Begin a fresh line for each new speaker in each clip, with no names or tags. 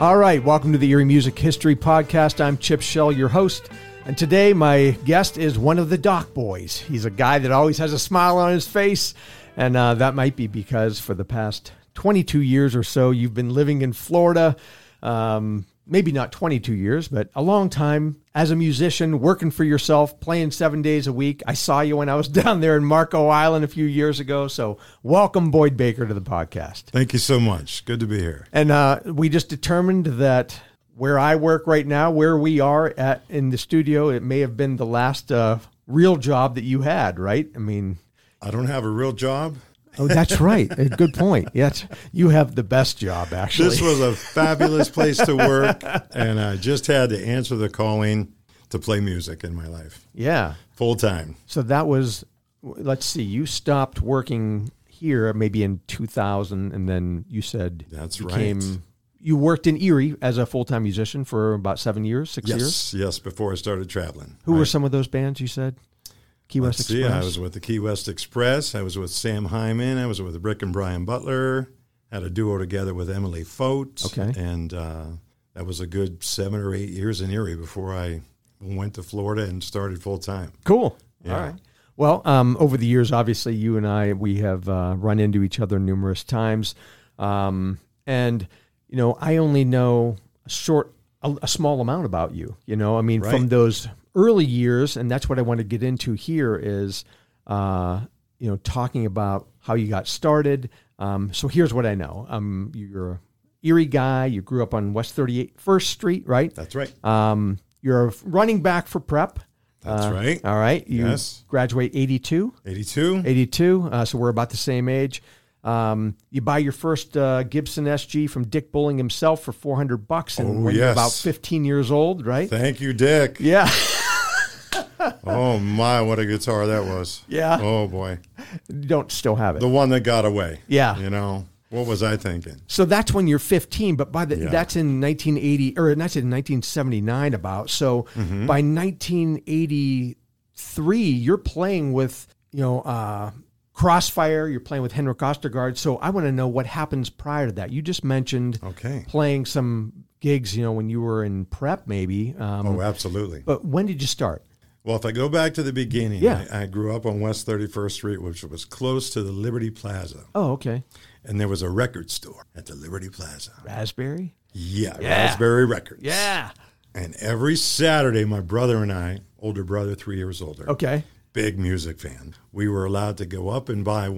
All right, welcome to the Erie Music History Podcast. I'm Chip Shell, your host. And today, my guest is one of the Doc Boys. He's a guy that always has a smile on his face. And uh, that might be because for the past 22 years or so, you've been living in Florida. Um, maybe not 22 years, but a long time as a musician, working for yourself, playing seven days a week. I saw you when I was down there in Marco Island a few years ago. So, welcome, Boyd Baker, to the podcast.
Thank you so much. Good to be here.
And uh, we just determined that where I work right now, where we are at in the studio, it may have been the last uh, real job that you had, right? I mean,
I don't have a real job.
oh, that's right. A Good point. Yes, you have the best job actually.
This was a fabulous place to work, and I just had to answer the calling to play music in my life
yeah.
full time.
So that was. Let's see. You stopped working here maybe in 2000, and then you said
That's
you
right.
you worked in Erie as a full time musician for about seven years, six years.
Yes, yes. Before I started traveling,
Who were some of those bands you said? Key West
Let's see,
Express.
I was with the Key West Express. I was with Sam Hyman. I was with Rick and Brian Butler. Had a duo together with Emily Fote.
Okay.
and uh, that was a good seven or eight years in Erie before I went to Florida and started full time.
Cool. All right. Well, um, over the years, obviously, you and I we have uh, run into each other numerous times, um, and you know, I only know a short, a, a small amount about you. You know, I mean, from
Right.
those early years, and that's what I want to get into here is, uh, you know, talking about how you got started. Um, so here's what I know: um, you're a Erie guy. You grew up on West 38th First Street, right?
That's right.
Um, you're a running back for prep.
That's right.
All right. You
Yes.
graduate 82,
82.
82. Uh, so we're about the same age. Um, you buy your first uh, Gibson SG from Dick Bulling himself for 400 bucks and
Oh,
when you're
yes.
about 15 years old, right?
Thank you, Dick.
yeah.
Oh my, what a guitar that was.
Yeah.
Oh boy.
Don't still have it.
The one that got away.
Yeah.
You know, what was I thinking?
so that's when you're 15, but by the that's in 1980 or that's in 1979 about. So
Mm-hmm.
by 1983, you're playing with you know uh, Crossfire. You're playing with Henrik Ostergaard. So I want to know what happens prior to that. You just mentioned
Okay.
playing some gigs. You know when you were in prep, maybe. Um,
Oh, absolutely.
But when did you start?
Well, if I go back to the beginning,
Yeah.
I, I grew up on West 31st Street, which was close to the Liberty Plaza.
Oh, okay.
And there was a record store at the Liberty Plaza.
Raspberry.
Yeah, Raspberry Records.
Yeah.
And every Saturday, my brother and I, older brother, three years older,
Okay.
big music fan, we were allowed to go up and buy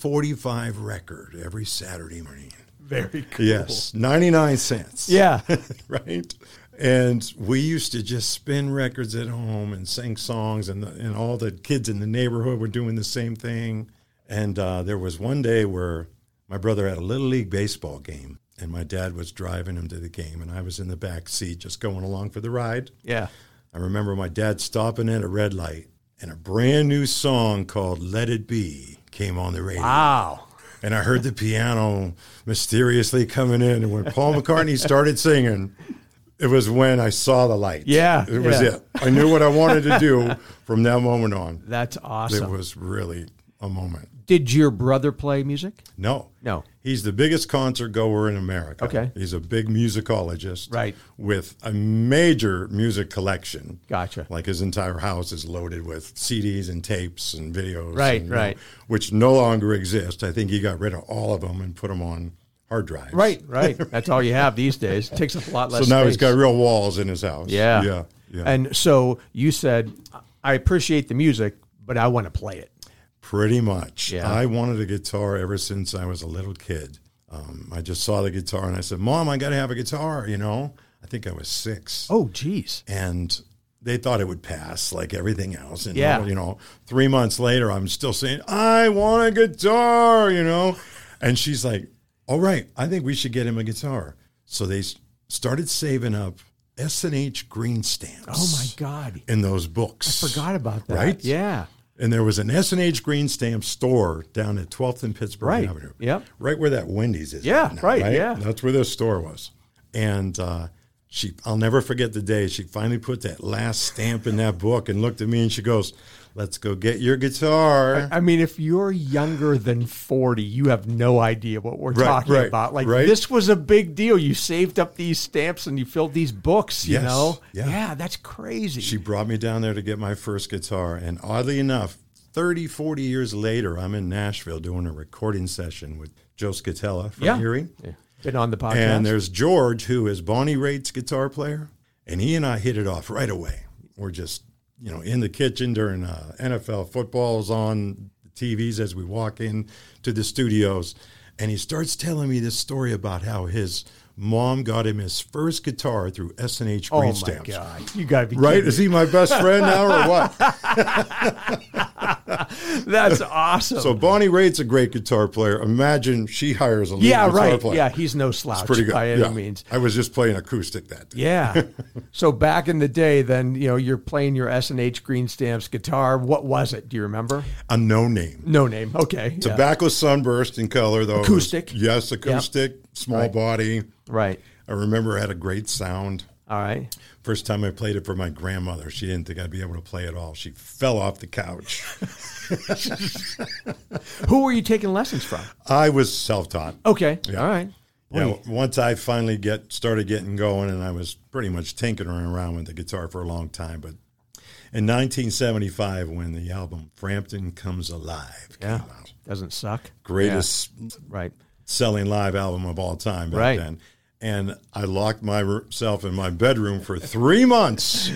145 record every Saturday morning.
Very cool.
Yes, 99 cents.
Yeah.
right? And we used to just spin records at home and sing songs, and, the, and all the kids in the neighborhood were doing the same thing. And uh, there was one day where my brother had a little league baseball game, and my dad was driving him to the game, and I was in the back seat just going along for the ride.
yeah.
I remember my dad stopping at a red light, and a brand new song called "Let It Be" came on the radio
Wow.
and I heard the piano mysteriously coming in. And when Paul McCartney started singing, it was when I saw the light.
Yeah,
It was
yeah.
it. I knew what I wanted to do from that moment on.
That's
It
awesome.
was really a moment.
Did your brother play music?
No.
No.
He's the biggest concert goer in America.
Okay.
He's a big musicologist.
Right.
With a major music collection.
Gotcha.
Like his entire house is loaded with CDs and tapes and videos.
Right,
and, you
right.
which no longer exist. I think he got rid of all of them and put them on hard drives.
Right, right. That's all you have these days. It takes a lot less.
So now he's
space.
got real walls in his house.
Yeah.
Yeah. Yeah.
And so you said, I appreciate the music, but I want to play it.
Pretty much.
Yeah.
I wanted a guitar ever since I was a little kid. Um, I just saw the guitar and I said, Mom, I got to have a guitar, you know? I think I was six.
Oh, geez.
and they thought it would pass like everything else. And
Yeah.
you know, three months later, I'm still saying, I want a guitar, you know? And she's like, all right, I think we should get him a guitar. So they s- started saving up S&H green stamps.
Oh, my God.
In those books.
Forgot about that.
Right?
Yeah.
And there was an S&H green stamp store down at 12th and Pittsburgh
Right.
Avenue.
Yep.
Right where that Wendy's is.
Yeah,
now,
right, yeah.
That's where their store was. And uh, she, I'll never forget the day she finally put that last stamp in that book and looked at me and she goes, Let's go get your guitar.
I mean, if you're younger than 40, you have no idea what we're
Right,
talking
right,
about. Like,
right.
this was a big deal. You saved up these stamps and you filled these books, you
Yes,
know?
yeah.
that's crazy.
she brought me down there to get my first guitar. And oddly enough, 30, 40 years later, I'm in Nashville doing a recording session with Joe Scatella from
Yeah.
Erie.
Been on the podcast.
And there's George, who is Bonnie Raitt's guitar player, and he and I hit it off right away. We're just, you know, in the kitchen during uh, NFL footballs on the TVs as we walk in to the studios, and he starts telling me this story about how his mom got him his first guitar through SNH
oh,
green
my
stamps.
God. You got to be
Right?
kidding
Is he my best friend now or what?
me. That's awesome.
So Bonnie Raitt's a great guitar player. Imagine she hires a lead
yeah,
guitar
right.
player.
Yeah, he's no slouch
pretty good.
by any
Yeah.
means.
I was just playing acoustic that day.
Yeah. so back in the day, then you know you're playing your S and H Green Stamps guitar. What was it? Do you remember?
A no name.
No name. Okay. yeah.
Tobacco sunburst in color though. It was-
Acoustic.
yes, acoustic, small body.
Right.
I remember it had a great sound.
All right.
First time I played it for my grandmother, she didn't think I'd be able to play at all. She fell off the couch.
Who were you taking lessons from?
I was self-taught.
Okay. All right.
Yeah, w- once I finally get started getting going, and I was pretty much tinkering around with the guitar for a long time. But in 1975, when the album "Frampton Comes Alive"
Yeah.
came out,
Doesn't suck.
greatest
Right.
selling live album of all time back
Right.
then. And I locked myself in my bedroom for three months,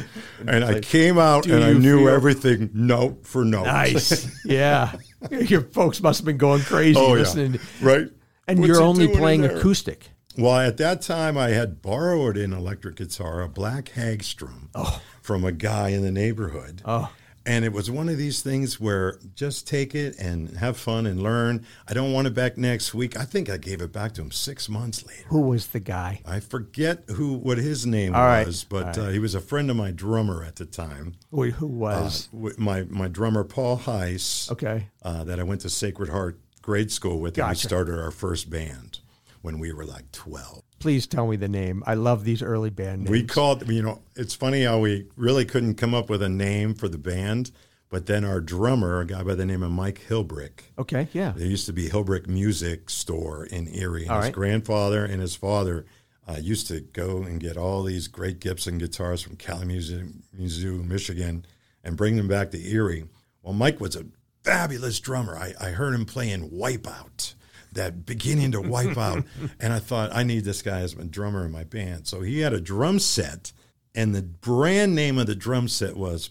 and I came out and I
you
knew
feel-
everything note for note.
Nice. yeah. Your folks must have been going crazy
Oh
listening.
yeah, right.
And
What's
you're
he
only
doing in
playing
there?
acoustic.
Well, at that time, I had borrowed an electric guitar, a black Hagstrom,
Oh.
from a guy in the neighborhood. Oh. And it was one of these things where just take it and have fun and learn. I don't want it back next week. I think I gave it back to him six months later.
Who was the guy?
I forget who what his name
right.
was, but uh, he was a friend of my drummer at the time.
Who, who was?
W- My my drummer Paul Heiss
okay.
uh, that I went to Sacred Heart grade school with, and we
Gotcha.
started our first band when we were like twelve.
Please tell me the name. I love these early band names.
We called, you know, it's funny how we really couldn't come up with a name for the band, but then our drummer, a guy by the name of Mike Hilbrick,
okay. Yeah.
there used to be Hilbrick Music Store in Erie, and his
right.
grandfather and his father uh, used to go and get all these great Gibson guitars from Kalamazoo, Michigan, and bring them back to Erie. Well, Mike was a fabulous drummer. I, I heard him playing Wipeout, that beginning to wipe out, and I thought I need this guy as my drummer in my band. So he had a drum set, and the brand name of the drum set was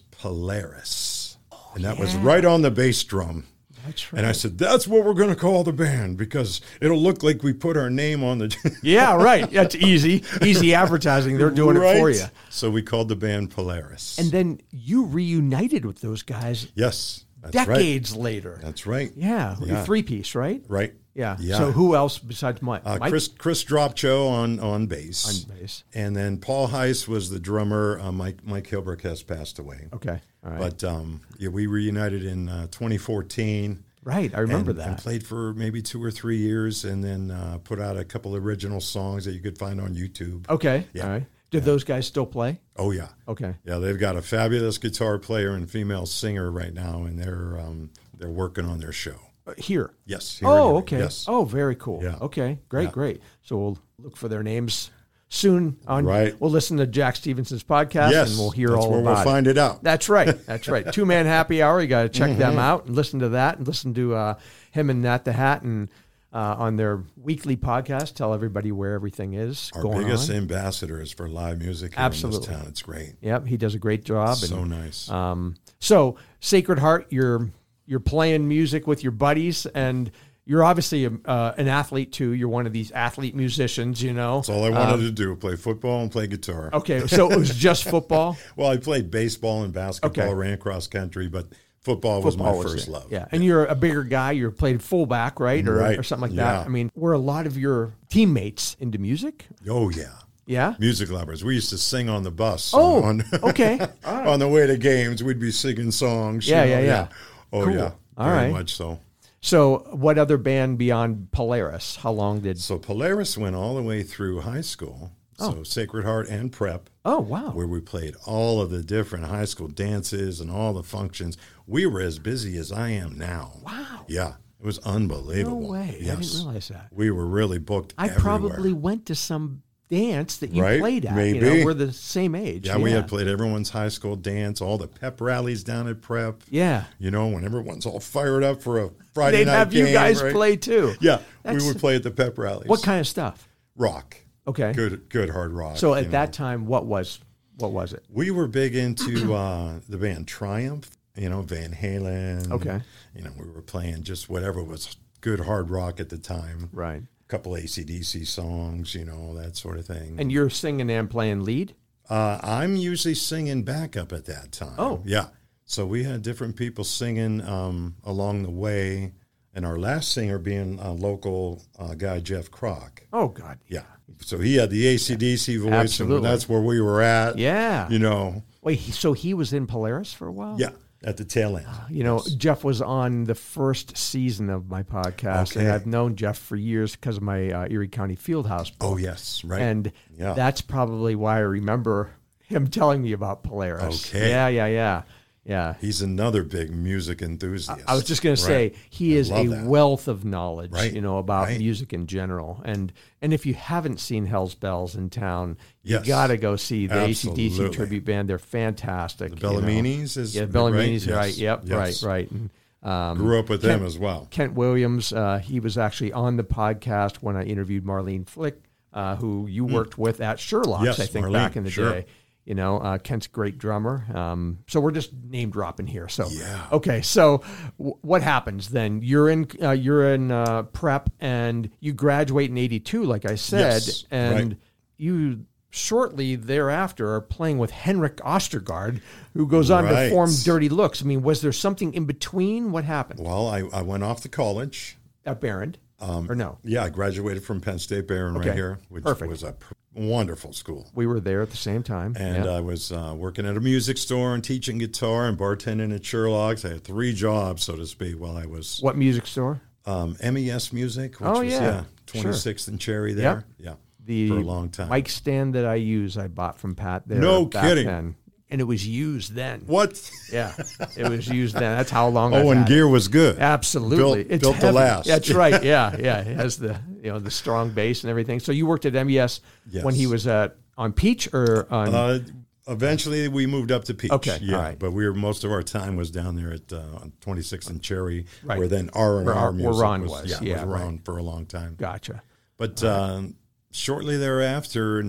Polaris,
Oh,
and that was right on the bass drum.
That's right.
And I said, that's what we're going to call the band because it'll look like we put our name on the.
Yeah, right. That's easy. Easy advertising. They're doing it for
Right?
you.
So we called the band Polaris.
And then you reunited with those guys
yes, that's right.
decades later.
That's right.
yeah,
Yeah.
three piece, right?
Right.
Yeah.
Yeah.
So who else besides Mike?
Uh,
Mike
Chris Chris Dropcho on on bass.
Bass.
and then Paul Heiss was the drummer. Uh, Mike Mike Hilbrick has passed away.
Okay. All right.
But um, yeah, we reunited in uh, 2014.
right. I remember
and, and
that.
played for maybe two or three years, and then uh, put out a couple original songs that you could find on YouTube.
okay. All right. Did those guys still play?
oh yeah,
Okay.
Yeah, they've got a fabulous guitar player and female singer right now, and they're um, they're working on their show.
Uh, Here.
Yes. here
Oh,
we go.
okay.
Yes.
Oh, very cool.
Yeah.
Okay. Great, great. So we'll look for their names soon on
Right.
we'll listen to Jack Stevenson's podcast
yes.
and we'll hear
That's
all
where
about
we'll
it.
find it out.
That's right. That's right. Two man happy hour. You got to check
Mm-hmm.
them out and listen to that and listen to uh, him and Nat the Hat and uh, on their weekly podcast. Tell everybody where everything is
Our
going
biggest
on.
ambassadors for live music here
Absolutely.
in this town. It's great.
Yep, he does a great job.
So
and,
nice.
um, so Sacred Heart, you're you're playing music with your buddies, and you're obviously a, uh, an athlete too. You're one of these athlete musicians, you know.
That's all I wanted
uh,
to do: play football and play guitar.
Okay, so it was just football.
Well, I played baseball and basketball,
Okay.
ran cross country, but football, was my
Football was
first
it.
love.
Yeah, and you're a bigger guy. You're played fullback, right, or,
Right.
or something like
Yeah.
that. I mean, were a lot of your teammates into music?
Oh yeah.
Yeah.
Music lovers. We used to sing on the bus.
Oh,
on,
okay.
on the way to games, we'd be singing songs. you
Ah. Yeah, yeah,
know,
yeah.
Oh
Cool.
yeah.
All
Very
right.
much so.
So, what other band beyond Polaris? How long did?
So Polaris went all the way through high school. So Sacred Heart and Prep,
Oh, wow.
where we played all of the different high school dances and all the functions. We were as busy as I am now.
Wow.
Yeah, it was unbelievable.
No way. I didn't
Yes.
realize that.
We were really booked.
I
everywhere.
probably went to some dance that you
Right?
played at. You know,
Maybe.
we're the same age.
Yeah, we had played everyone's high school dance, all the pep rallies down at Prep.
Yeah.
You know, when everyone's all fired up for a Friday
They'd
night
have you
game,
guys
right?
play too.
Yeah,
That's-
we would play at the pep rallies.
What kind of stuff?
rock?
Okay.
Good, good hard rock.
So
you
at
know.
that time, what was what was it?
we were big into uh, the band Triumph. You know, Van Halen.
Okay.
You know, we were playing just whatever was good hard rock at the time.
Right.
A couple ACDC songs, you know, that sort of thing.
And you're singing and playing lead.
Uh, I'm usually singing backup at that time.
Oh.
yeah. So we had different people singing um, along the way, and our last singer being a local uh, guy, Jeff Kroc.
Oh God.
Yeah. So he had the ACDC voice,
Absolutely.
and that's where we were at.
Yeah.
You know,
Wait. he- So he was in Polaris for a while.
yeah, at the tail end.
You know, Jeff was on the first season of my podcast, and
Okay.
I've known Jeff for years because of my uh, Erie County Fieldhouse
Oh, yes, right.
and
Yeah.
that's probably why I remember him telling me about Polaris.
Okay.
Yeah, yeah, yeah, yeah.
He's another big music enthusiast.
I was just going to say
Right.
he
I
is a
love that.
wealth of knowledge,
Right,
you know, about
right.
music in general. And and if you haven't seen Hell's Bells in town,
Yes.
you got to go see the ACDC
Absolutely.
tribute band. They're fantastic. you know.
Bellamini's is
Yeah, Bellamini's right.
Yes,
Yep,
yes.
right, right. And, um,
Grew up with them as well.
Kent Williams. Uh, he was actually on the podcast when I interviewed Marlene Flick, uh, who you worked with at Sherlock's,
Hmm. Yes,
I think,
Marlene,
back in the
sure.
day. You know, uh, Kent's great drummer. Um, so we're just name dropping here. So
Yeah.
okay. So w- what happens then? You're in uh, you're in uh, prep, and you graduate in '82, like I said,
Yes,
and
right.
you. Shortly thereafter, are playing with Henrik Ostergaard, who goes on to
Right.
form Dirty Looks. I mean, was there something in between? What happened?
Well, I, I went off to college.
at Barron,
Um,
or no?
Yeah, I graduated from Penn State Barron
Okay,
right here, which
perfect.
was a pr- wonderful school.
We were there at the same time.
And
yeah.
I was uh, working at a music store and teaching guitar and bartending at Sherlock's. I had three jobs, so to speak, while I was
what music store?
um, MES Music, which
Oh,
was
yeah, sure.
26th and Cherry there. Yeah,
The
for a long time.
mic stand that I use, I bought from Pat there.
No
back
kidding.
then. and it was used then.
what?
Yeah, it was used then. That's how long. I've
Oh, and
had it.
gear was good.
Absolutely,
Built- built to
heavy.
last.
That's right. Yeah, yeah. It has the you know the strong bass and everything. So you worked at MES when
Yes.
he was at on Peach or on
Uh, eventually, we moved up to Peach.
Okay,
yeah,
all right.
but we were most of our time was down there at uh, on 26th and Cherry,
Right.
where then R and
Where
R
Ron- where
music
Ron was,
Yeah,
yeah,
was Ron for a long time.
Gotcha.
But um, shortly thereafter,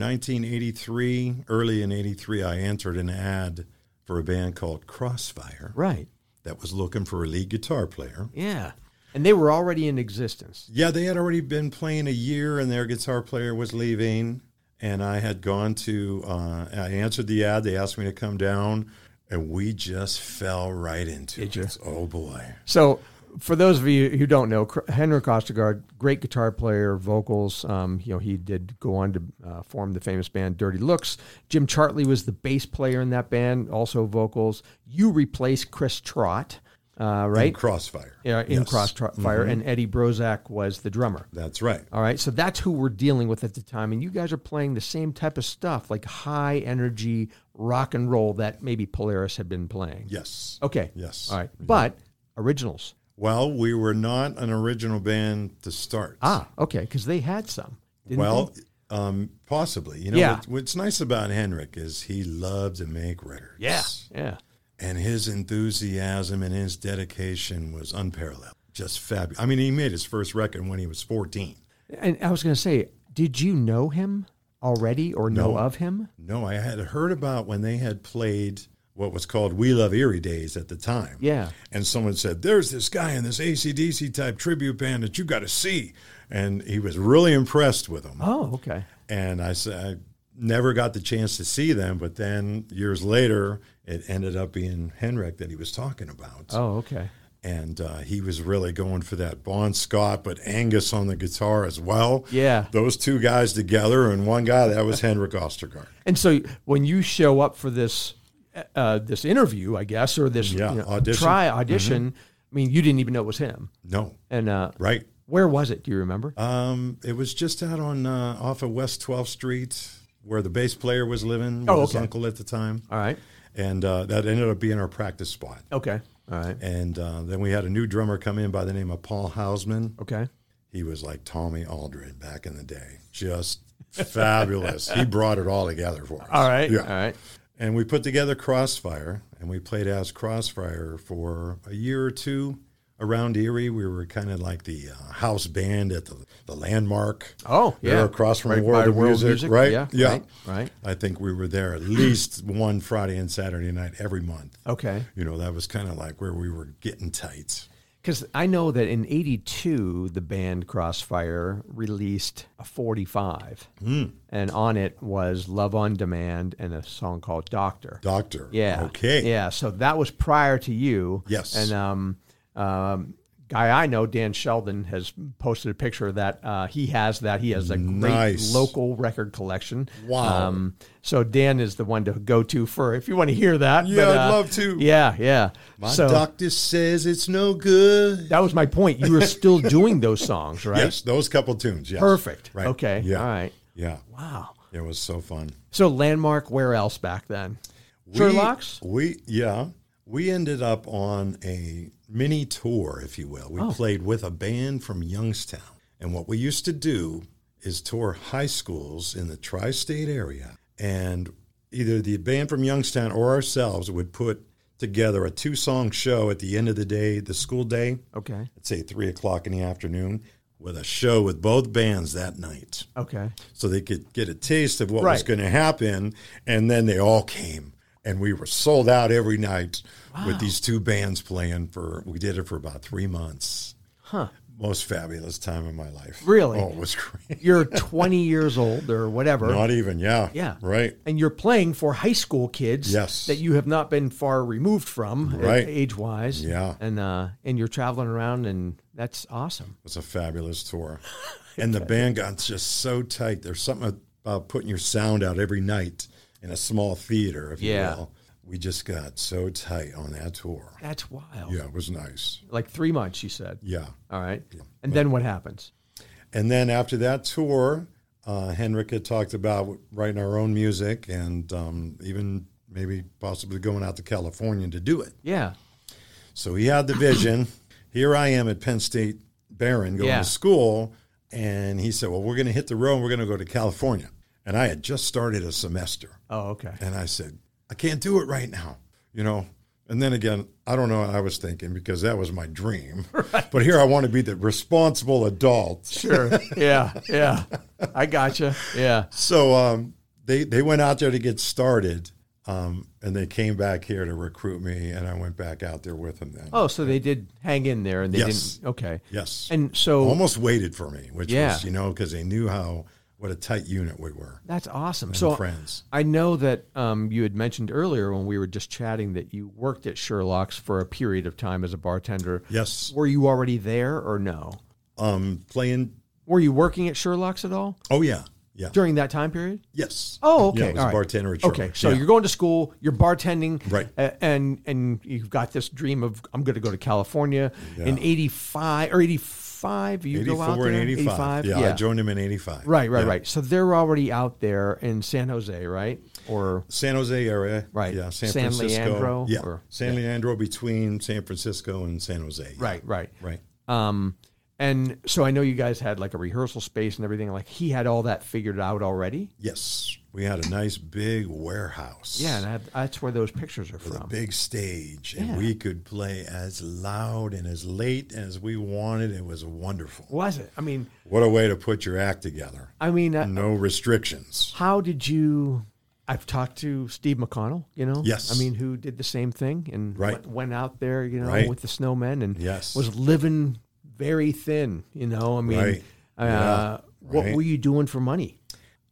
1983, early in '83, I entered an ad for a band called Crossfire
Right.
that was looking for a lead guitar player.
Yeah. And they were already in existence.
Yeah, they had already been playing a year, and their guitar player was leaving. And I had gone to, uh, I answered the ad. They asked me to come down, and we just fell right into
Did
it.
you?
Oh boy!
So, for those of you who don't know, Cr- Henrik Ostergaard, great guitar player, vocals. Um, you know, he did go on to uh, form the famous band Dirty Looks. Jim Chartley was the bass player in that band, also vocals. You replaced Chris Trott, uh, right?
Crossfire.
yeah, in
Mm-hmm. Yes. Mm-hmm.
Crossfire, and Eddie Brozak was the drummer.
That's right.
All right, so that's who we're dealing with at the time, and you guys are playing the same type of stuff, like high energy rock and roll that maybe Polaris had been playing.
Yes.
Okay.
Yes.
All right, but originals.
Well, we were not an original band to start.
Ah, okay, because they had some. Didn't
Well, um, possibly. You know,
Yeah.
what, what's nice about Henrik is he loved to make records.
they? yeah, yeah.
and his enthusiasm and his dedication was unparalleled. Just fabulous. I mean, he made his first record when he was 14.
And I was going to say, did you know him already or know of him?
No, I had heard about when they had played what was called We Love Erie Days at the time.
Yeah.
And someone said, There's this guy in this ACDC type tribute band that you got to see. And he was really impressed with him.
Oh, okay.
And I said, I never got the chance to see them. But then years later, it ended up being Henrik that he was talking about.
Oh, okay.
and uh, he was really going for that Bon Scott, but Angus on the guitar as well.
Yeah.
those two guys together, and one guy that was Henrik Ostergaard.
And so when you show up for this uh, this interview, I guess, or this
Yeah,
you know,
audition.
try audition, Mm-hmm. I mean, you didn't even know it was him.
No,
And uh,
right?
where was it? Do you remember?
uh, Um, it was just out on uh, off of West 12th Street where the bass player was living with
Oh,
his
okay.
uncle at the time,
All right.
and uh, that ended up being our practice spot.
Okay. All right.
And uh, then we had a new drummer come in by the name of Paul Hausman.
Okay.
He was like Tommy Aldred back in the day, just fabulous. He brought it all together for us.
All right.
yeah.
All right.
And we put together Crossfire, and we played as Crossfire for a year or two around Erie. We were kind of like the uh, house band at the, the landmark.
Oh,
They were
yeah.
across from
Right
the World
by
of
World
music,
Music,
right?
yeah, right, right.
I think we were there at least one Friday and Saturday night every month.
Okay.
You know, that was kind of like where we were getting tight.
Because I know that in '82, the band Crossfire released a 45,
Hmm.
and on it was "Love on Demand" and a song called "Doctor."
Doctor.
Yeah.
Okay.
Yeah. So that was prior to you.
Yes.
And um, um, guy I know, Dan Sheldon, has posted a picture of that. Uh, he has that. He has a great
Nice.
local record collection.
Wow.
Um, so Dan is the one to go to for if you want to hear that. uh,
Yeah, I'd love to.
Yeah. Yeah.
My
so
doctor says it's no good.
that was my point. You were still doing those songs, right?
Yes, those couple tunes. Yes.
Perfect.
Right.
Okay.
Yeah.
All right.
Yeah.
Wow.
It was so fun.
So landmark. Where else back then?
We-
Sherlock's.
We yeah. We ended up on a mini tour, if you will. We played with a band from Youngstown. And what we used to do is tour high schools in the tri state area. And either the band from Youngstown or ourselves would put together a two song show at the end of the day, the school day,
Okay.
let's say three o'clock in the afternoon, with a show with both bands that night
Okay.
so they could get a taste of what was
Right.
going to happen. And then they all came, and we were sold out every night with these two bands playing for. We did it for about three months.
Huh.
Most fabulous time of my life.
Really?
Oh, it was great.
You're 20 years old or whatever.
Not even. Yeah.
Yeah.
Right.
and you're playing for high school kids
Yes.
that you have not been far removed from
Right.
age wise
Yeah.
and uh and you're traveling around and that's awesome
It was a fabulous tour, and the band got just so tight. There's something about putting your sound out every night in a small theater, if
Yeah.
you will. We just got so tight on that tour.
that's wild
Yeah, it was nice.
like three months you said
Yeah.
all right and then what happens
And then after that tour, uh, Henrik had talked about writing our own music and um, even maybe possibly going out to California to do it.
yeah
So he had the vision. Here I am at Penn State Barron going
Yeah.
to school. And he said, Well, we're going to hit the road and we're going to go to California. And I had just started a semester.
oh okay
And I said, I can't do it right now, you know. And then again, I don't know what I was thinking because that was my dream. But here I want to be the responsible adult.
sure yeah yeah i gotcha yeah
So um, they they went out there to get started, um, and they came back here to recruit me, and I went back out there with them then.
oh so they did hang in there and they
Yes.
didn't okay
yes,
and so
almost waited for me, which
Yeah.
was you know because they knew how what a tight unit we were,
that's awesome so
friends.
I know that um, you had mentioned earlier when we were just chatting that you worked at Sherlock's for a period of time as a bartender.
Yes,
Were you already there or no?
um, playing.
Were you working at Sherlock's at all
Oh yeah, yeah,
during that time period?
yes.
Oh, okay.
Yeah, I was
all
a
right.
bartender at
Okay,
Sherlock's,
so
yeah.
you're going to school, you're bartending,
Right.
a- and and you've got this dream of I'm going to go to California in '85 or '85. You go out
84
there
and
85?
85. Yeah, I joined him in 85.
right, right,
Yeah.
right. So they're already out there in San Jose, right? Or
San Jose area.
Right.
Yeah, San,
San
Francisco.
Leandro
yeah.
or-
San Leandro between San Francisco and San Jose.
right, right.
Right.
Um, and so I know you guys had like a rehearsal space and everything. Like he had all that figured out already.
Yes. We had a nice big warehouse.
Yeah, and um, I, that's where those pictures are
with a
from.
big stage, and we could play as loud and as late as we wanted. It was wonderful.
Was it? I mean,
What a way to put your act together.
I mean, uh,
No restrictions.
how did you? I've talked to Steve McConnell. You know,
Yes.
I mean, who did the same thing and
Right.
went, went out there, you know,
Right.
with the snowmen and
Yes.
was living very thin. You know, I mean,
Right.
uh,
Yeah.
what
Right.
were you doing for money?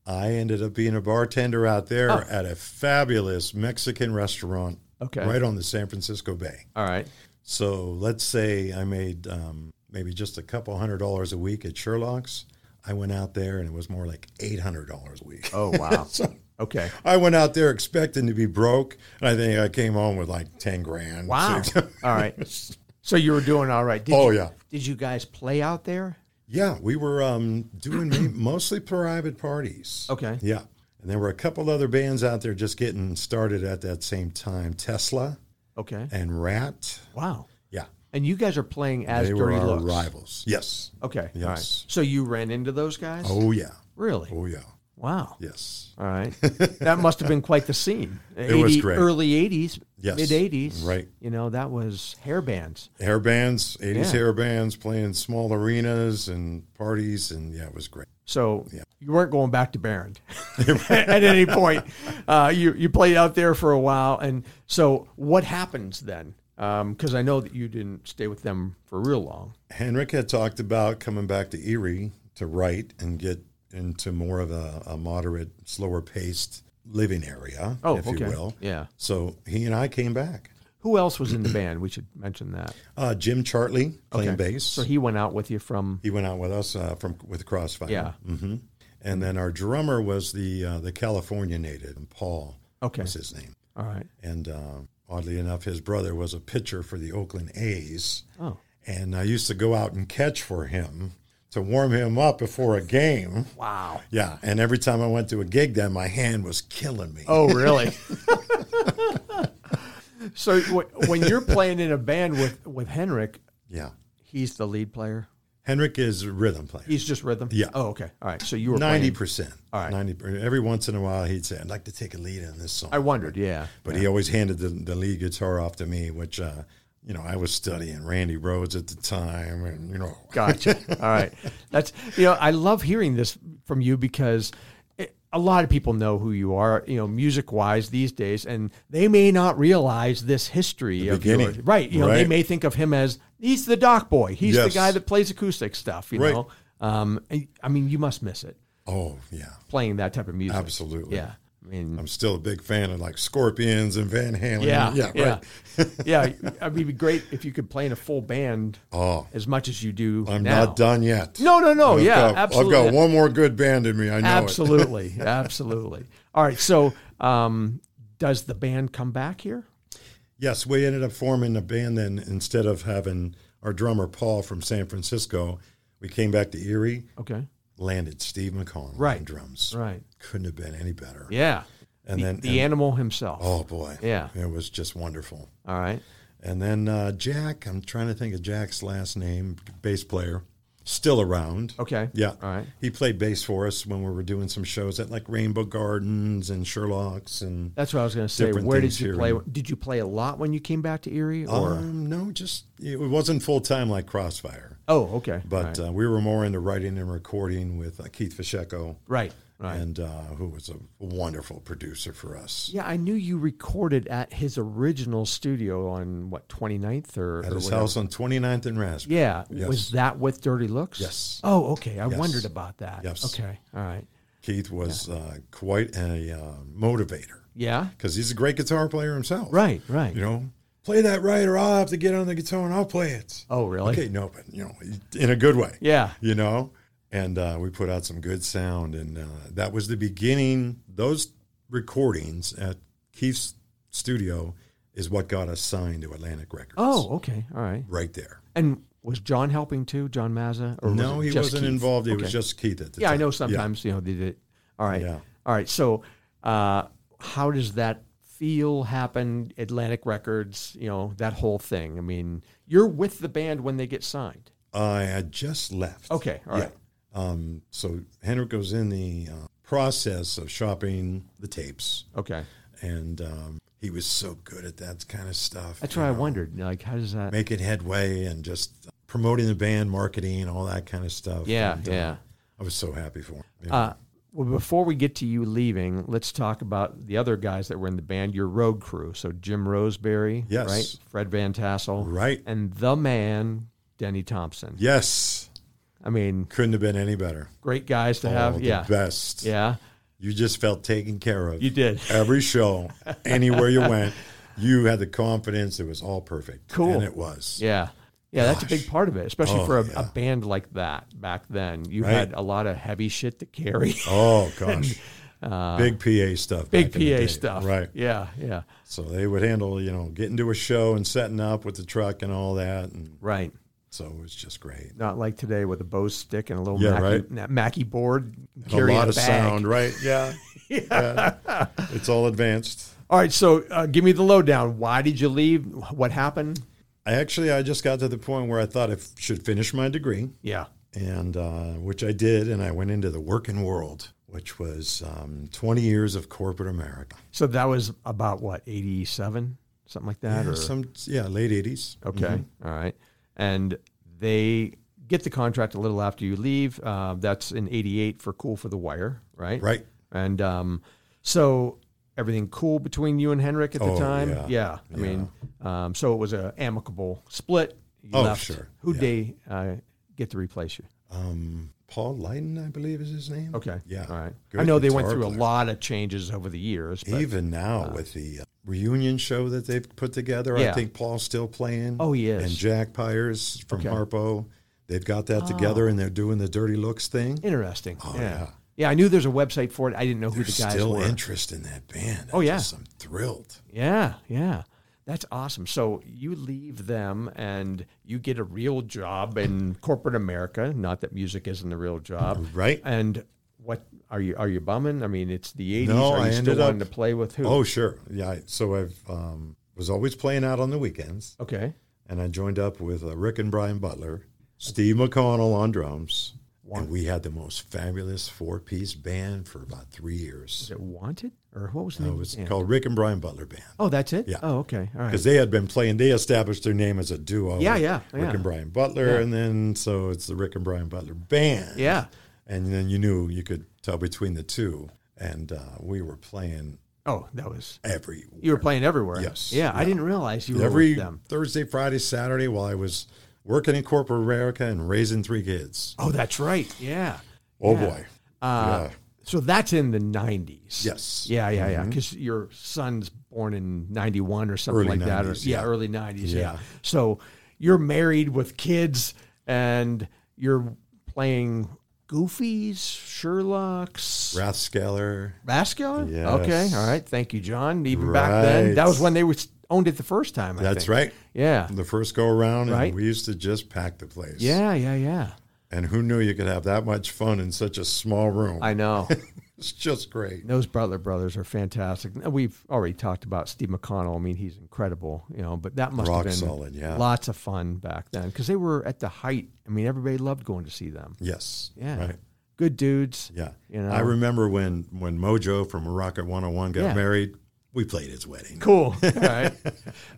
I ended up being a bartender out there at a fabulous Mexican restaurant
Oh. Okay.
right on the San Francisco Bay.
All right.
So let's say I made um, maybe just a couple hundred dollars a week at Sherlock's. I went out there and it was more like $800 a week.
Oh wow. okay.
I went out there expecting to be broke, and I think I came home with like ten grand.
Wow. all right. So you were doing all right. Did
Oh,
you-
yeah.
Did you guys play out there?
yeah, we were um, doing ma- mostly private parties.
Okay.
Yeah, And there were a couple other bands out there just getting started at that same time Tesla
Okay.
and Rat.
Wow.
Yeah.
And you guys are playing as
they were
Dirty
our
Looks.
rivals. Yes.
Okay. All right.
Yes.
So you ran into those guys?
Oh, yeah.
really?
Oh, yeah.
Wow.
Yes.
All right. That must have been quite the scene.
It was great.
Early 80s,
Yes.
mid 80s.
Right.
You know, that was hair bands.
Hair bands, 80s
Yeah.
hair bands, playing small arenas and parties. And yeah, it was great.
So you weren't going back to Barron at any point. Uh, you you played out there for a while, and so what happens then? Because I know that you didn't stay with them for real long.
Henrik had talked about coming back to Erie to write and get into more of a, a moderate, slower paced living area,
Oh,
if
okay.
you will.
Yeah.
So he and I came back.
Who else was in the band? We should mention that.
Uh, Jim Chartley playing
Okay.
bass.
So he went out with you from
he went out with us uh, from with Crossfire.
yeah.
hmm And then our drummer was the uh, the California native, and Paul
Okay.
was his name.
All right.
And uh, oddly enough, his brother was a pitcher for the Oakland A's.
Oh
And I used to go out and catch for him to warm him up before a game.
wow.
Yeah, and every time I went to a gig, then my hand was killing me.
Oh really? so w- when you're playing in a band with with Henrik,
Yeah,
he's the lead player.
Henrik is a rhythm player.
He's just rhythm.
Yeah.
Oh okay. All right. So you were
Ninety
ninety.
percent.
All right.
Ninety. Every once in a while, he'd say, "I'd like to take a lead on this song."
I wondered. Yeah.
But he always handed the, the lead guitar off to me, which, uh, you know, I was studying Randy Rhodes at the time. And, you know,
Gotcha. All right. That's you know I love hearing this from you because it, a lot of people know who you are, you know, music wise these days, and they may not realize this history of
beginning.
yours. Right. You know, they
Right.
may think of him as he's the doc boy. He's
Yes.
the guy that plays acoustic stuff. You
Right.
know, um, and, I mean, you must miss it
oh, yeah,
playing that type of music.
absolutely.
Yeah. I mean,
I'm still a big fan of like Scorpions and Van Halen.
yeah,
Yeah.
yeah,
Right.
yeah. I mean, it'd be great if you could play in a full band
Oh,
as much as you do.
I'm
now.
not done yet.
No, no, no.
I've
yeah,
got,
absolutely.
I've got one more good band in me. I know it.
absolutely absolutely all right so um, does the band come back here
Yes, we ended up forming a band then instead of having our drummer Paul from San Francisco. We came back to Erie,
okay
landed Steve McCollum on
Right.
drums.
right
Couldn't have been any better.
yeah
And then
the animal himself
Oh boy.
Yeah.
It was just wonderful.
all right
And then uh, Jack, I'm trying to think of Jack's last name, bass player, still around.
okay
Yeah.
all right
He played bass for us when we were doing some shows at like Rainbow Gardens and Sherlock's and
that's what i was going to say
Different
where
things
did you
here
play
and-
did you play a lot when you came back to erie or
um, no, just it wasn't full time like Crossfire,
oh okay all
but
right
uh, we were more into writing and recording with uh, Keith Fischeko,
right, right.
and uh, who was a wonderful producer for us
yeah i knew you recorded at his original studio on what 29th or,
at
or
his
whatever.
house on 29th and Raspberry.
yeah was
Yes.
that with dirty looks
Yes.
oh okay i
Yes.
wondered about that
Yes.
okay all right
Keith was uh, quite a uh, motivator.
yeah
because he's a great guitar player himself.
right right
You know, play that right, or I'll have to get on the guitar and I'll play it.
oh really
Okay, no, but you know, in a good way.
Yeah.
You know, and uh, we put out some good sound, and uh, that was the beginning. Those recordings at Keith's studio is what got us signed to Atlantic Records.
Oh, okay. All right.
right there.
And was John helping too, John Mazza? Or was
No,
it
he
just
wasn't
Keith?
involved. It was
Okay.
just Keith at the
Yeah,
time.
I know sometimes, you know, they did. All right.
Yeah.
All right. So, uh, how does that feel happen? Atlantic Records, you know, that whole thing. I mean, you're with the band when they get signed.
I had just left.
Okay. All right.
Um, so Henrik was in the uh, process of shopping the tapes.
Okay.
and um, he was so good at that kind of stuff.
That's
you
what I
know,
wondered. Like, how does that?
Making headway and just promoting the band, marketing, all that kind of stuff.
Yeah.
And, uh,
Yeah.
I was so happy for him. Yeah.
Uh, well, before we get to you leaving, let's talk about the other guys that were in the band, your road crew. So Jim Roseberry,
Yes.
right? Fred Van Tassel,
Right.
And the man, Denny Thompson.
yes,
I mean,
couldn't have been any better.
great guys to have.
Oh, the
yeah.
best.
Yeah.
You just felt taken care of.
You did.
every show, anywhere you went. You had the confidence; it was all perfect.
Cool.
and it was.
Yeah. Yeah, that's a big part of it, especially
Oh,
for a, a
yeah.
band like that back then. You
Right.
had a lot of heavy shit to carry.
Oh gosh, big PA stuff.
Uh, Big
back in the
PA
day.
stuff.
right?
Yeah, yeah.
So they would handle, you know, getting to a show and setting up with the truck and all that, and
Right.
So it was just great.
Not like today with a bow stick and a little
Yeah,
Mackie, Mackie board.
And a
carrying
lot of
bag.
sound, right? Yeah. Yeah. It's all advanced.
All right, so uh, give me the lowdown. Why did you leave? What happened?
I actually, I just got to the point where I thought I f- should finish my degree.
Yeah.
and uh, which I did, and I went into the working world, which was um, 20 years of corporate America.
So that was about what, 87? Something like that?
Yeah,
or
some yeah, late 80s.
Okay.
Mm-hmm.
All right. And they get the contract a little after you leave. Uh, that's in 88 for Cool for the Wire, right?
Right.
And um, so everything cool between you and Henrik at the
Oh,
time?
yeah.
I mean, um, so it was a amicable split. You
Oh,
left.
sure.
Who'd
Yeah.
they uh, get to replace you?
Um, Paul Leiden, I believe, is his name.
Okay.
Yeah.
All right.
Good
I know they went
guitar
through a
player.
lot of changes over the years. But,
Even now with the uh, reunion show that they've put together,
Uh. Yeah.
I think Paul's still playing.
Oh, he is.
And Jack Pyers from
Okay. Oh.
Harpo. They've got that together, and they're doing the Dirty Looks thing.
interesting. yeah. yeah.
Oh, yeah.
I knew there's a website for it. I didn't know who
There's
the guys
still
were.
interest in that band.
Oh,
I
yeah.
just- I'm thrilled.
Yeah, yeah. That's awesome. So you leave them and you get a real job in corporate America. Not that music isn't a real job.
Right.
And what are you are you bumming? I mean, it's the eighties.
No,
are you
I
still
ended
wanting
up-
to play with who?
Oh, sure. Yeah. I- So I've um, was always playing out on the weekends,
Okay.
and I joined up with uh, Rick and Brian Butler, Steve McConnell on drums, and we had the most fabulous four-piece band for about three years.
Is it wanted? Or what was the
Uh,
name?
It
of
was
the band?
called Rick and Brian Butler Band
Oh, that's it?
Yeah.
Oh, okay. All right.
because they had been playing. They established their name as a duo.
Yeah, yeah,
Rick
yeah.
and Brian Butler, and then so it's the Rick and Brian Butler Band.
Yeah.
and then you knew you could tell between the two, and uh, we were playing
Oh, that was
every
you were playing everywhere.
Yes,
Yeah. I
yeah.
didn't realize you were
every
with them.
Thursday, Friday, Saturday while I was working in corporate America and raising three kids.
Oh, that's right. Yeah.
Oh
Yeah.
boy.
Uh,
Yeah.
So that's in the 90s.
Yes. Mm-hmm.
Yeah, yeah, yeah. Because your son's born in 91 or something
Early
like that. Or,
90s,
yeah.
yeah.
early 90s. Yeah.
Yeah.
So you're married with kids and you're playing Goofies, Sherlock's,
Rathskeller.
Bascular?
Yes.
Okay. All right. Thank you, John. Even back then,
Right.
that was when they was owned it the first time. I
That's
think.
right.
Yeah.
The first go around,
Right.
and we used to just pack the place.
Yeah, yeah, yeah.
And who knew you could have that much fun in such a small room?
I know.
it's just great.
Those Butler brothers are fantastic. And We've already talked about Steve McConnell. I mean, he's incredible, you know. But that must
Rock
have been
solid, yeah.
lots of fun back then because they were at the height. I mean, everybody loved going to see them.
Yes.
Yeah,
Right.
good dudes.
Yeah.
You know?
I remember when when Mojo from Rocket 101 got
Yeah.
married, we played his wedding.
Cool. All right.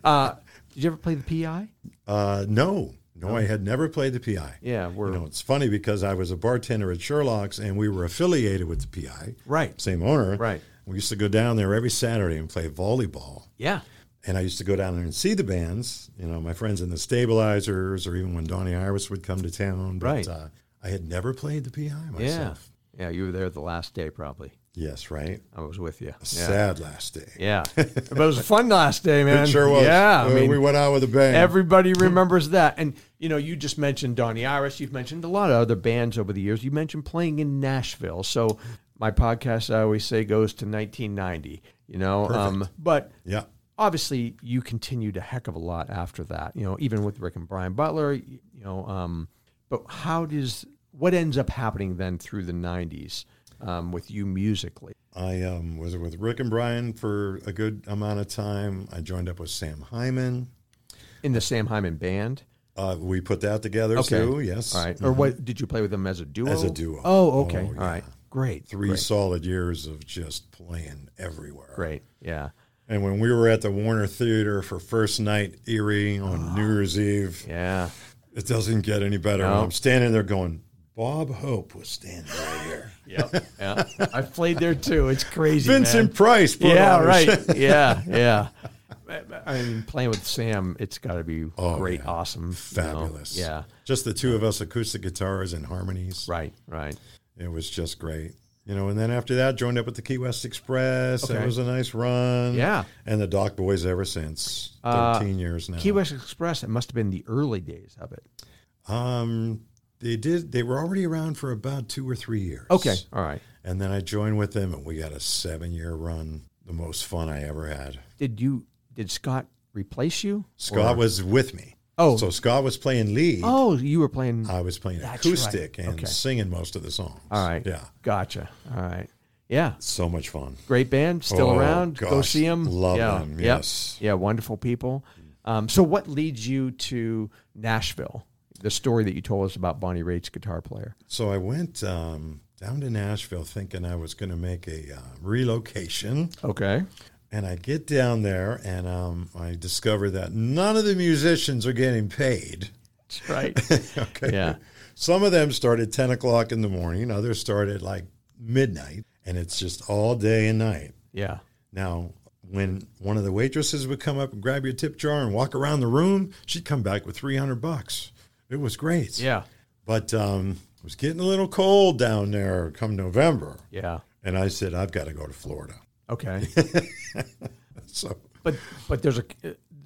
uh, did you ever play the PI?
Uh, no, no,
Oh.
I had never played the PI.
Yeah, we're
You know, it's funny because I was a bartender at Sherlock's and we were affiliated with the PI,
right.
same owner.
Right.
We used to go down there every Saturday and play volleyball.
Yeah.
And I used to go down there and see the bands, you know, my friends in the Stabilizers or even when Donnie Iris would come to town. But
Right.
uh, I had never played the PI
Yeah.
myself.
Yeah. You were there the last day, probably.
Yes, right?
I was with you. Yeah.
Sad last day.
Yeah. but it was a fun last day, man.
It sure was.
Yeah. I
Uh,
mean,
we went out with a bang.
Everybody remembers that. And, you know, you just mentioned Donny Iris. You've mentioned a lot of other bands over the years. You mentioned playing in Nashville. So my podcast, I always say, goes to 1990, you know. Um, but
yeah.
obviously, you continued a heck of a lot after that, you know, even with Rick and Brian Butler, you know. Um, but how does what ends up happening then through the 90s um, with you musically?
I um, was with Rick and Brian for a good amount of time. I joined up with Sam Hyman.
In the Sam Hyman band?
Uh, we put that together too. Yes,
All right. Or what did you play with them as a duo?
Mm-hmm. As a duo.
Oh, okay.
Oh,
All right. Great.
Three solid years of just playing everywhere.
Great. Yeah.
And when we were at the Warner Theater for first night Erie
Ah.
on New Year's Eve,
Yeah.
it doesn't get any better.
No.
I'm standing there going, Bob Hope was standing right here.
Yep. yeah. I played there too. It's crazy.
Vincent Price. Put
Man.
on
Yeah.
a show.
Right. Yeah. Yeah. I mean, playing with Sam, it's got to be great, awesome, you know?
Oh, Fabulous.
Yeah.
Just the two of us, acoustic guitars and harmonies.
Right. Right.
It was just great. You know, and then after that, joined up with the Key West Express.
Okay.
That was a nice run.
Yeah. Uh,
And the Dock Boys ever since. 13 years now.
Key West Express. It must have been the early days of it.
Um, they did, they were already around for about two or three years.
Okay. All right.
And then I joined with them and we got a seven year run. The most fun I ever had.
Did you? Did Scott replace you?
Scott was with me.
Oh,
So Scott was playing lead.
oh, you were playing.
I was playing
That's right.
acoustic and
Okay.
singing most of the songs.
All right.
Yeah.
Gotcha. All right. Yeah.
So much fun.
Great band. Still
Oh,
around. Go
gosh,
see them.
love
yeah.
them,
Yep.
yes.
Yeah. Wonderful people. Um, so, what leads you to Nashville? The story that you told us about Bonnie Raitt's guitar player.
So I went um, down to Nashville thinking I was going to make a uh, relocation.
Okay.
And I get down there and um, I discover that none of the musicians are getting paid.
That's right.
okay.
Yeah.
Some of them start at 10 o'clock in the morning, others start at like midnight, and it's just all day and night.
yeah.
Now, when one of the waitresses would come up and grab your tip jar and walk around the room, she'd come back with 300 bucks. It was great.
Yeah.
But um, it was getting a little cold down there come November.
Yeah.
And I said, I've got to go to Florida.
Okay.
So
but but there's a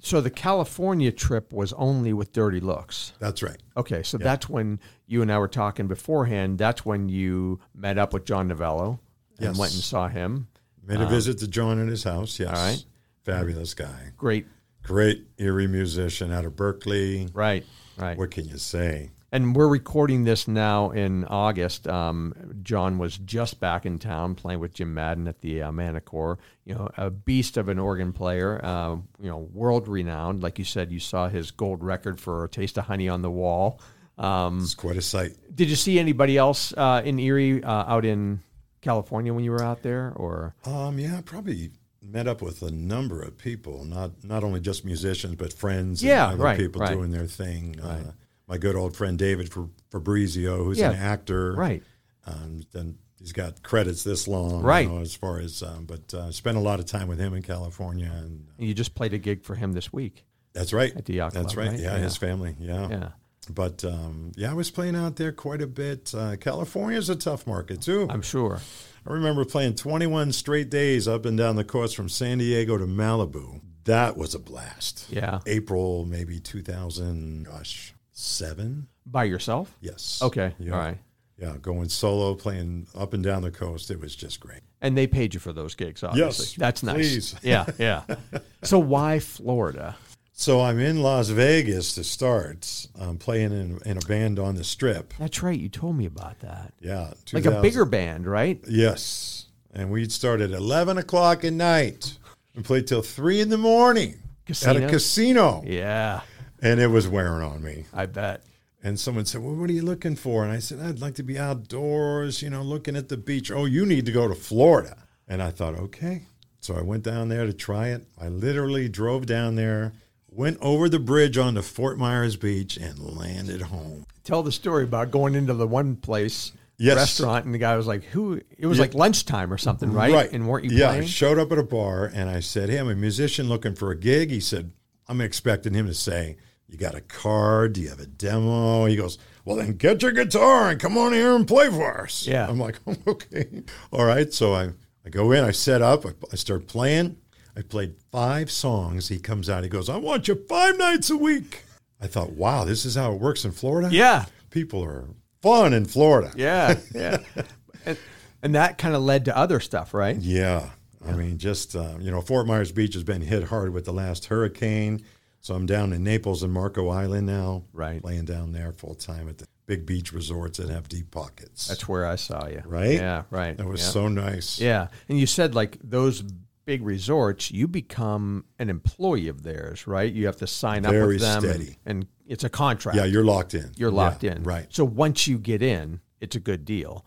so the California trip was only with Dirty Looks.
that's right.
Okay, so that's when you and I were talking beforehand. That's when you met up with John Novello and
Yes.
went and saw him.
Made a visit to John at his house. Yes.
All right.
Fabulous guy.
Great,
Great Erie musician out of Berkeley.
right, right.
What can you say?
And we're recording this now in August. Um, John was just back in town playing with Jim Madden at the uh, Manicore. You know, a beast of an organ player. Uh, you know, world renowned. Like you said, you saw his gold record for "Taste of Honey on the Wall." Um,
It's quite a sight.
Did you see anybody else uh, in Erie uh, out in California when you were out there? Or
Um, yeah, I probably met up with a number of people, not not only just musicians, but friends
Yeah,
and other
right,
people
right.
doing their thing. Uh, my good old friend David Fa- Fabrizio, who's an
Yeah,
actor.
right,
Um, then he's got credits this long. you
Right.
know, as far as, um, but uh, spent a lot of time with him in California. And uh,
and you just played a gig for him this week.
that's right.
the Yacht
that's
Club,
right.
right?
Yeah,
Yeah.
his family. Yeah.
Yeah,
But um, yeah, I was playing out there quite a bit. Uh, California's a tough market, too.
I'm sure.
I remember playing 21 straight days up and down the coast from San Diego to Malibu. That was a blast.
Yeah,
April maybe 2000 gosh, 7.
by yourself.
Yes.
Okay,
Yeah.
all right.
Yeah, going solo playing up and down the coast, it was just great.
And they paid you for those gigs, obviously.
Yes,
that's nice.
please.
Yeah, yeah. so why Florida?
So I'm in Las Vegas to start. I'm playing in, in a band on the strip.
That's right. You told me about that.
Yeah.
Like a
2000
bigger band, right?
Yes. And we'd start at 11 o'clock at night and play till 3 in the morning at
Casino?
a casino.
Yeah,
And it was wearing on me.
I bet.
And someone said, Well, what are you looking for? And I said, I'd like to be outdoors, you know, looking at the beach. Oh, you need to go to Florida. And I thought, Okay. So I went down there to try it. I literally drove down there, went over the bridge onto Fort Myers Beach, and landed home.
Tell the story about going into the one place.
Yes.
Restaurant and the guy was like, "Who?" It was like lunchtime or something, right? And weren't you
yeah, I
playing?
showed up at a bar and I said, Hey, I'm a musician looking for a gig. He said, I'm expecting him to say, You got a card? Do you have a demo? He goes, Well, then get your guitar and come on here and play for us.
Yeah.
I'm like, Okay. All right. So I, I go in, I set up, I, I start playing. I played five songs. He comes out, he goes, I want you five nights a week. I thought, Wow, this is how it works in Florida?
Yeah,
People are fun in Florida.
Yeah, yeah. and, and that kind of led to other stuff, right?
Yeah. I mean, just, uh, you know, Fort Myers Beach has been hit hard with the last hurricane. So I'm down in Naples and Marco Island now.
Right.
Playing down there full time at the big beach resorts that have deep pockets.
That's where I saw you.
Right?
Yeah, right.
that was
yeah.
so nice.
Yeah. And you said like those big resorts, you become an employee of theirs, right? You have to sign up
Very
with them and-
steady.
And, it's a contract.
Yeah, you're locked in.
You're locked
Yeah,
in.
Right. Mm.
So once you get in, it's a good deal.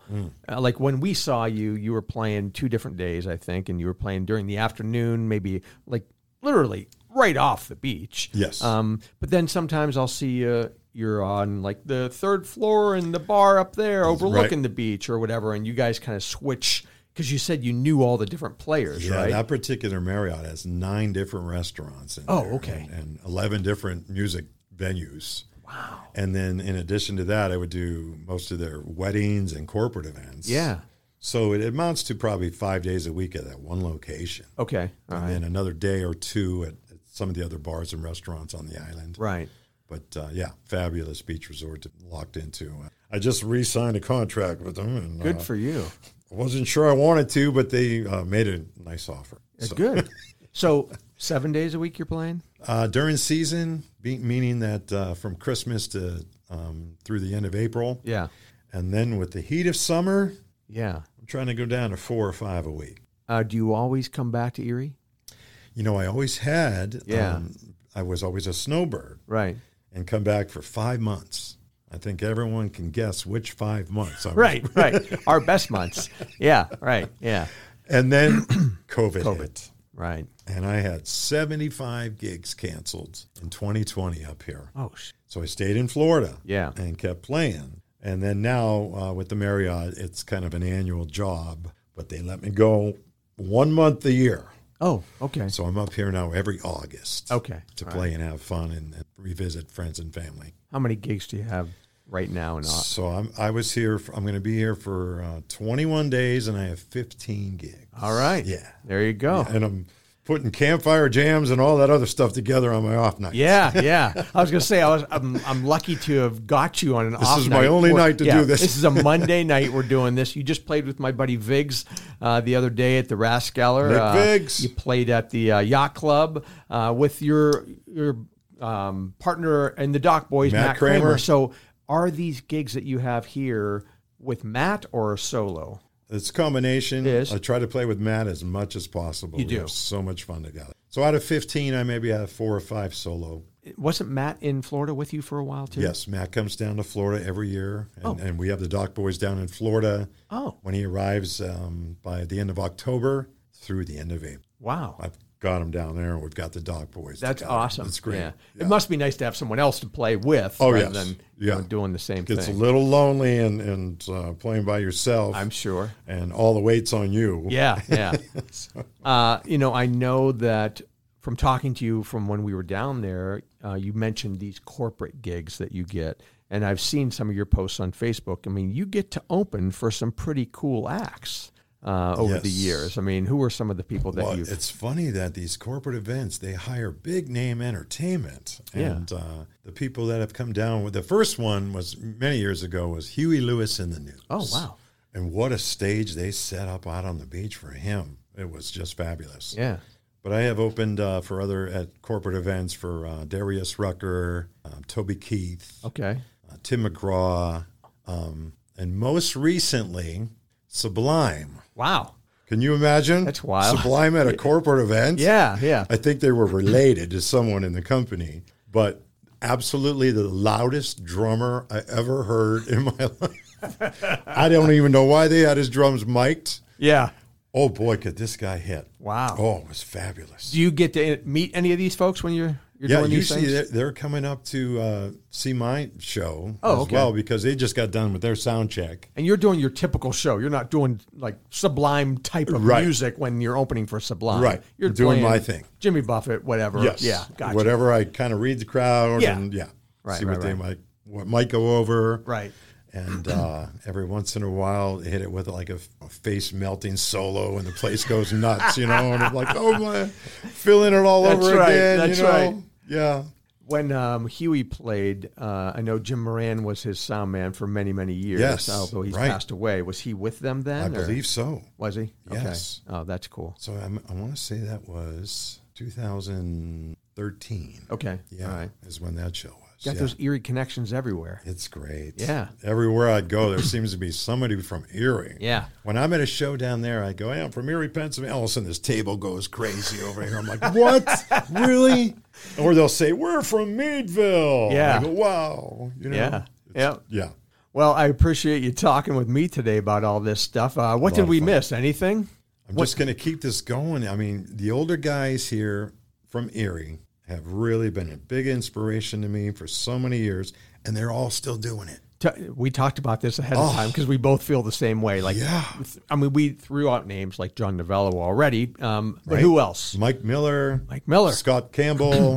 Uh, like when we saw you, you were playing two different days, I think, and you were playing during the afternoon, maybe like literally right off the beach.
Yes.
Um, but then sometimes I'll see you. You're on like the third floor in the bar up there, overlooking the beach or whatever, and you guys kind of switch because you said you knew all the different players,
Yeah,
right?
that particular Marriott has nine different restaurants. In
Oh,
there
okay.
And, and 11 different music venues. Wow. And then in addition to that, I would do most of their weddings and corporate events.
yeah.
So it amounts to probably five days a week at that one location,
Okay. All right.
and another day or two at, at some of the other bars and restaurants on the island.
Right.
But uh, yeah, fabulous beach resort to, locked into. I just re-signed a contract with them, and
Good
uh,
for you.
I wasn't sure I wanted to, but they uh, made a nice offer.
That's good. So seven days a week you're playing?
Uh, during season, be, meaning that uh, from Christmas to um, through the end of April,
Yeah.
and then with the heat of summer,
Yeah.
I'm trying to go down to four or five a week.
Uh, do you always come back to Erie?
You know, I always had. um,
Yeah.
I was always a snowbird
Right.
and come back for five months. I think everyone can guess which five months. I was-
Right. Right. Our best months. Yeah. Right. Yeah.
And then COVID, hit.
Right.
And I had 75 gigs canceled in 2020 up here.
Oh. Sh-
So I stayed in Florida.
Yeah.
And kept playing. And then now uh, with the Marriott, it's kind of an annual job, but they let me go one month a year.
oh. Okay.
So I'm up here now every August
Okay.
to play and have fun and, and revisit friends and family.
How many gigs do you have right now? In Au-
Uh, So I'm, I was here, for, I'm going to be here for uh, 21 days and I have 15 gigs.
All right.
Yeah.
There you go.
And I'm putting campfire jams and all that other stuff together on my off night.
Yeah, yeah. I was gonna say I was. I'm, I'm lucky to have got you on an. This off
is my
night.
only night to
yeah,
do this.
This is a Monday night. We're doing this. You just played with my buddy Viggs uh, the other day at the Rascaller.
Nick
uh,
Viggs.
You played at the uh, yacht club uh, with your your um, partner and the Doc Boys, Matt,
Matt
Kramer.
Kramer.
So, are these gigs that you have here with Matt or solo?
It's a combination.
Yes.
I try to play with Matt as much as possible.
You
We
do.
have so much fun together. So out of 15, I maybe have four or five solo.
Wasn't Matt in Florida with you for a while too?
Yes, Matt comes down to Florida every year, and, and we have the Doc Boys down in Florida.
Oh.
When he arrives um, by the end of October through the end of April.
Wow.
I've got him down there, and we've got the Doc Boys.
That's
together.
awesome.
It's great.
Yeah. It must be nice to have someone else to play with
Oh,
rather
yes.
than you
Yeah.
know, doing the same
It's a
thing.
little lonely and, and uh, playing by yourself,
I'm sure.
and all the weight's on you.
Yeah, yeah. uh, you know, I know that from talking to you from when we were down there, uh, you mentioned these corporate gigs that you get. And I've seen some of your posts on Facebook. I mean, you get to open for some pretty cool acts uh, over the
Yes.
years. I mean, who are some of the people that
Well,
you've.
it's funny that these corporate events they hire big name entertainment,
Yeah.
and uh, the people that have come down with the first one was many years ago was Huey Lewis in the news.
Oh, wow.
And what a stage they set up out on the beach for him! It was just fabulous.
Yeah.
But I have opened uh, for other at corporate events for uh, Darius Rucker, um, Toby Keith,
Okay.
uh, Tim McGraw, um, and most recently Sublime.
Wow.
Can you imagine?
That's wild.
Sublime at a corporate event.
Yeah, yeah.
I think they were related to someone in the company, but absolutely the loudest drummer I ever heard in my life. I don't even know why they had his drums mic'd.
Yeah.
Oh boy, could this guy hit!
Wow.
Oh, it was fabulous.
Do you get to meet any of these folks when you're, you're
yeah,
doing these
usually
things?
they're, they're coming up to uh, see my show
Oh,
as
okay.
well because they just got done with their sound check.
And you're doing your typical show. You're not doing like sublime type of
Right.
music when you're opening for Sublime.
Right.
You're
Doing
playing
my thing.
Jimmy Buffett, whatever.
Yes.
Yeah. Gotcha.
Whatever I kind of read the crowd
Yeah.
and yeah,
Right,
see
right,
what they might what might go over.
Right.
And uh, every once in a while, hit it with like a, face melting solo, and the place goes nuts, you know. And I'm like, oh my, filling it all
That's
over
right,
again,
that's
you know.
right.
Yeah.
When um, Huey played, uh, I know Jim Moran was his sound man for many, many years.
Yes,
Although he's
right.
passed away. Was he with them then?
I
or-
believe so.
Was he?
Yes.
Okay. Oh, that's cool.
So I'm, I want to say that was 2013.
Okay.
Yeah,
All right.
is when that show was.
Got
yeah.
those eerie connections everywhere.
It's great.
Yeah.
Everywhere I go, there seems to be somebody from Erie.
Yeah.
When I'm at a show down there, I go, hey, I'm from Erie, Pennsylvania. All of a sudden, this table goes crazy over here. I'm like, what? really? Or they'll say, we're from Meadville.
Yeah.
I go, wow. You know?
Yeah. Yeah.
Yeah.
Well, I appreciate you talking with me today about all this stuff. Uh, what did
of
we
fun.
miss? Anything?
I'm just going to keep this going. I mean, the older guys here from Erie have really been a big inspiration to me for so many years, and they're all still doing it.
t- we talked about this ahead of time because we both feel the same way. Like,
Oh. Yeah.
th- I mean, we threw out names like John Novello already, um, but who else?
Mike Miller.
Mike Miller.
Scott Campbell.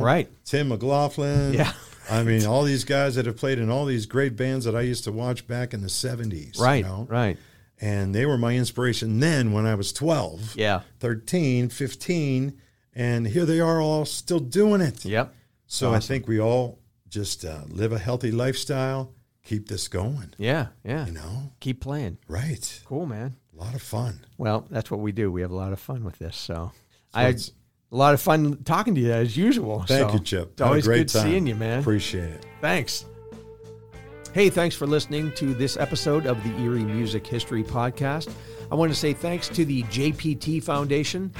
Right.
Tim McLaughlin.
Yeah.
I mean, all these guys that have played in all these great bands that I used to watch back in the 70s. you
Right,
know?
right.
And they were my inspiration then when I was 12,
Yeah.
13, 15. And here they are all still doing it.
Yep.
So I think we all just uh, live a healthy lifestyle, keep this going,
Yeah. Yeah.
you know?
Keep playing.
Right.
Cool, man.
A lot of fun.
Well, that's what we do. We have a lot of fun with this. So I
it's-
A lot of fun talking to you as usual.
Thank
So,
you, Chip.
It's
Had a
always
great
good
time.
seeing you, man.
Appreciate it.
Thanks. Hey, thanks for listening to this episode of the Erie Music History Podcast. I want to say thanks to the JPT Foundation.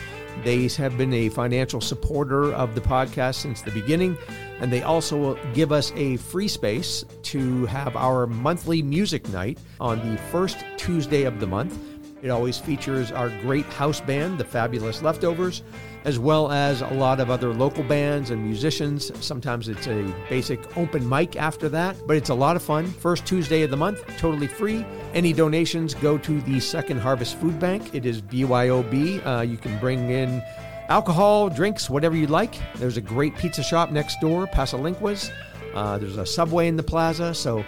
They have been a financial supporter of the podcast since the beginning, and they also give us a free space to have our monthly music night on the first Tuesday of the month. It always features our great house band, the Fabulous Leftovers, as well as a lot of other local bands and musicians. Sometimes it's a basic open mic after that, but it's a lot of fun. First Tuesday of the month, totally free. Any donations go to the Second Harvest Food Bank. It is BYOB. Uh, you can bring in alcohol, drinks, whatever you like. There's a great pizza shop next door, Pasalinqua's. Uh, there's a subway in the plaza, so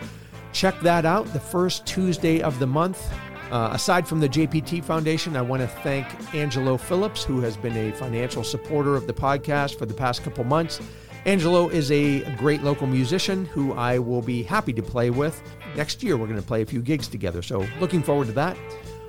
check that out the first Tuesday of the month. Uh, aside from the JPT Foundation, I want to thank Angelo Phillips, who has been a financial supporter of the podcast for the past couple months. Angelo is a great local musician who I will be happy to play with. Next year, we're going to play a few gigs together, so looking forward to that.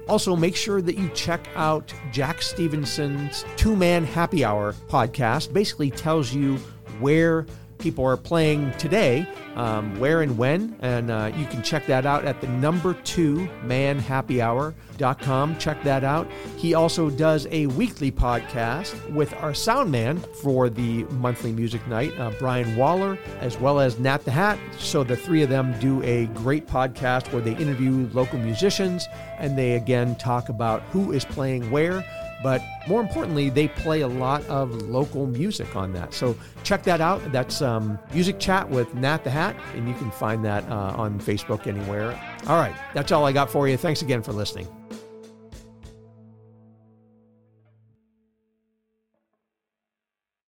Also, make sure that you check out Jack Stevenson's Two Man Happy Hour podcast. Basically, tells you where people are playing today, um, where and when, and uh, you can check that out at the number two manhappyhour.com. Check that out. He also does a weekly podcast with our sound man for the monthly music night, uh, Brian Waller, as well as Nat the Hat. So the three of them do a great podcast where they interview local musicians and they again talk about who is playing where. But more importantly, they play a lot of local music on that. So check that out. That's um, Music Chat with Nat the Hat, and you can find that uh, on Facebook anywhere. All right, that's all I got for you. Thanks again for listening.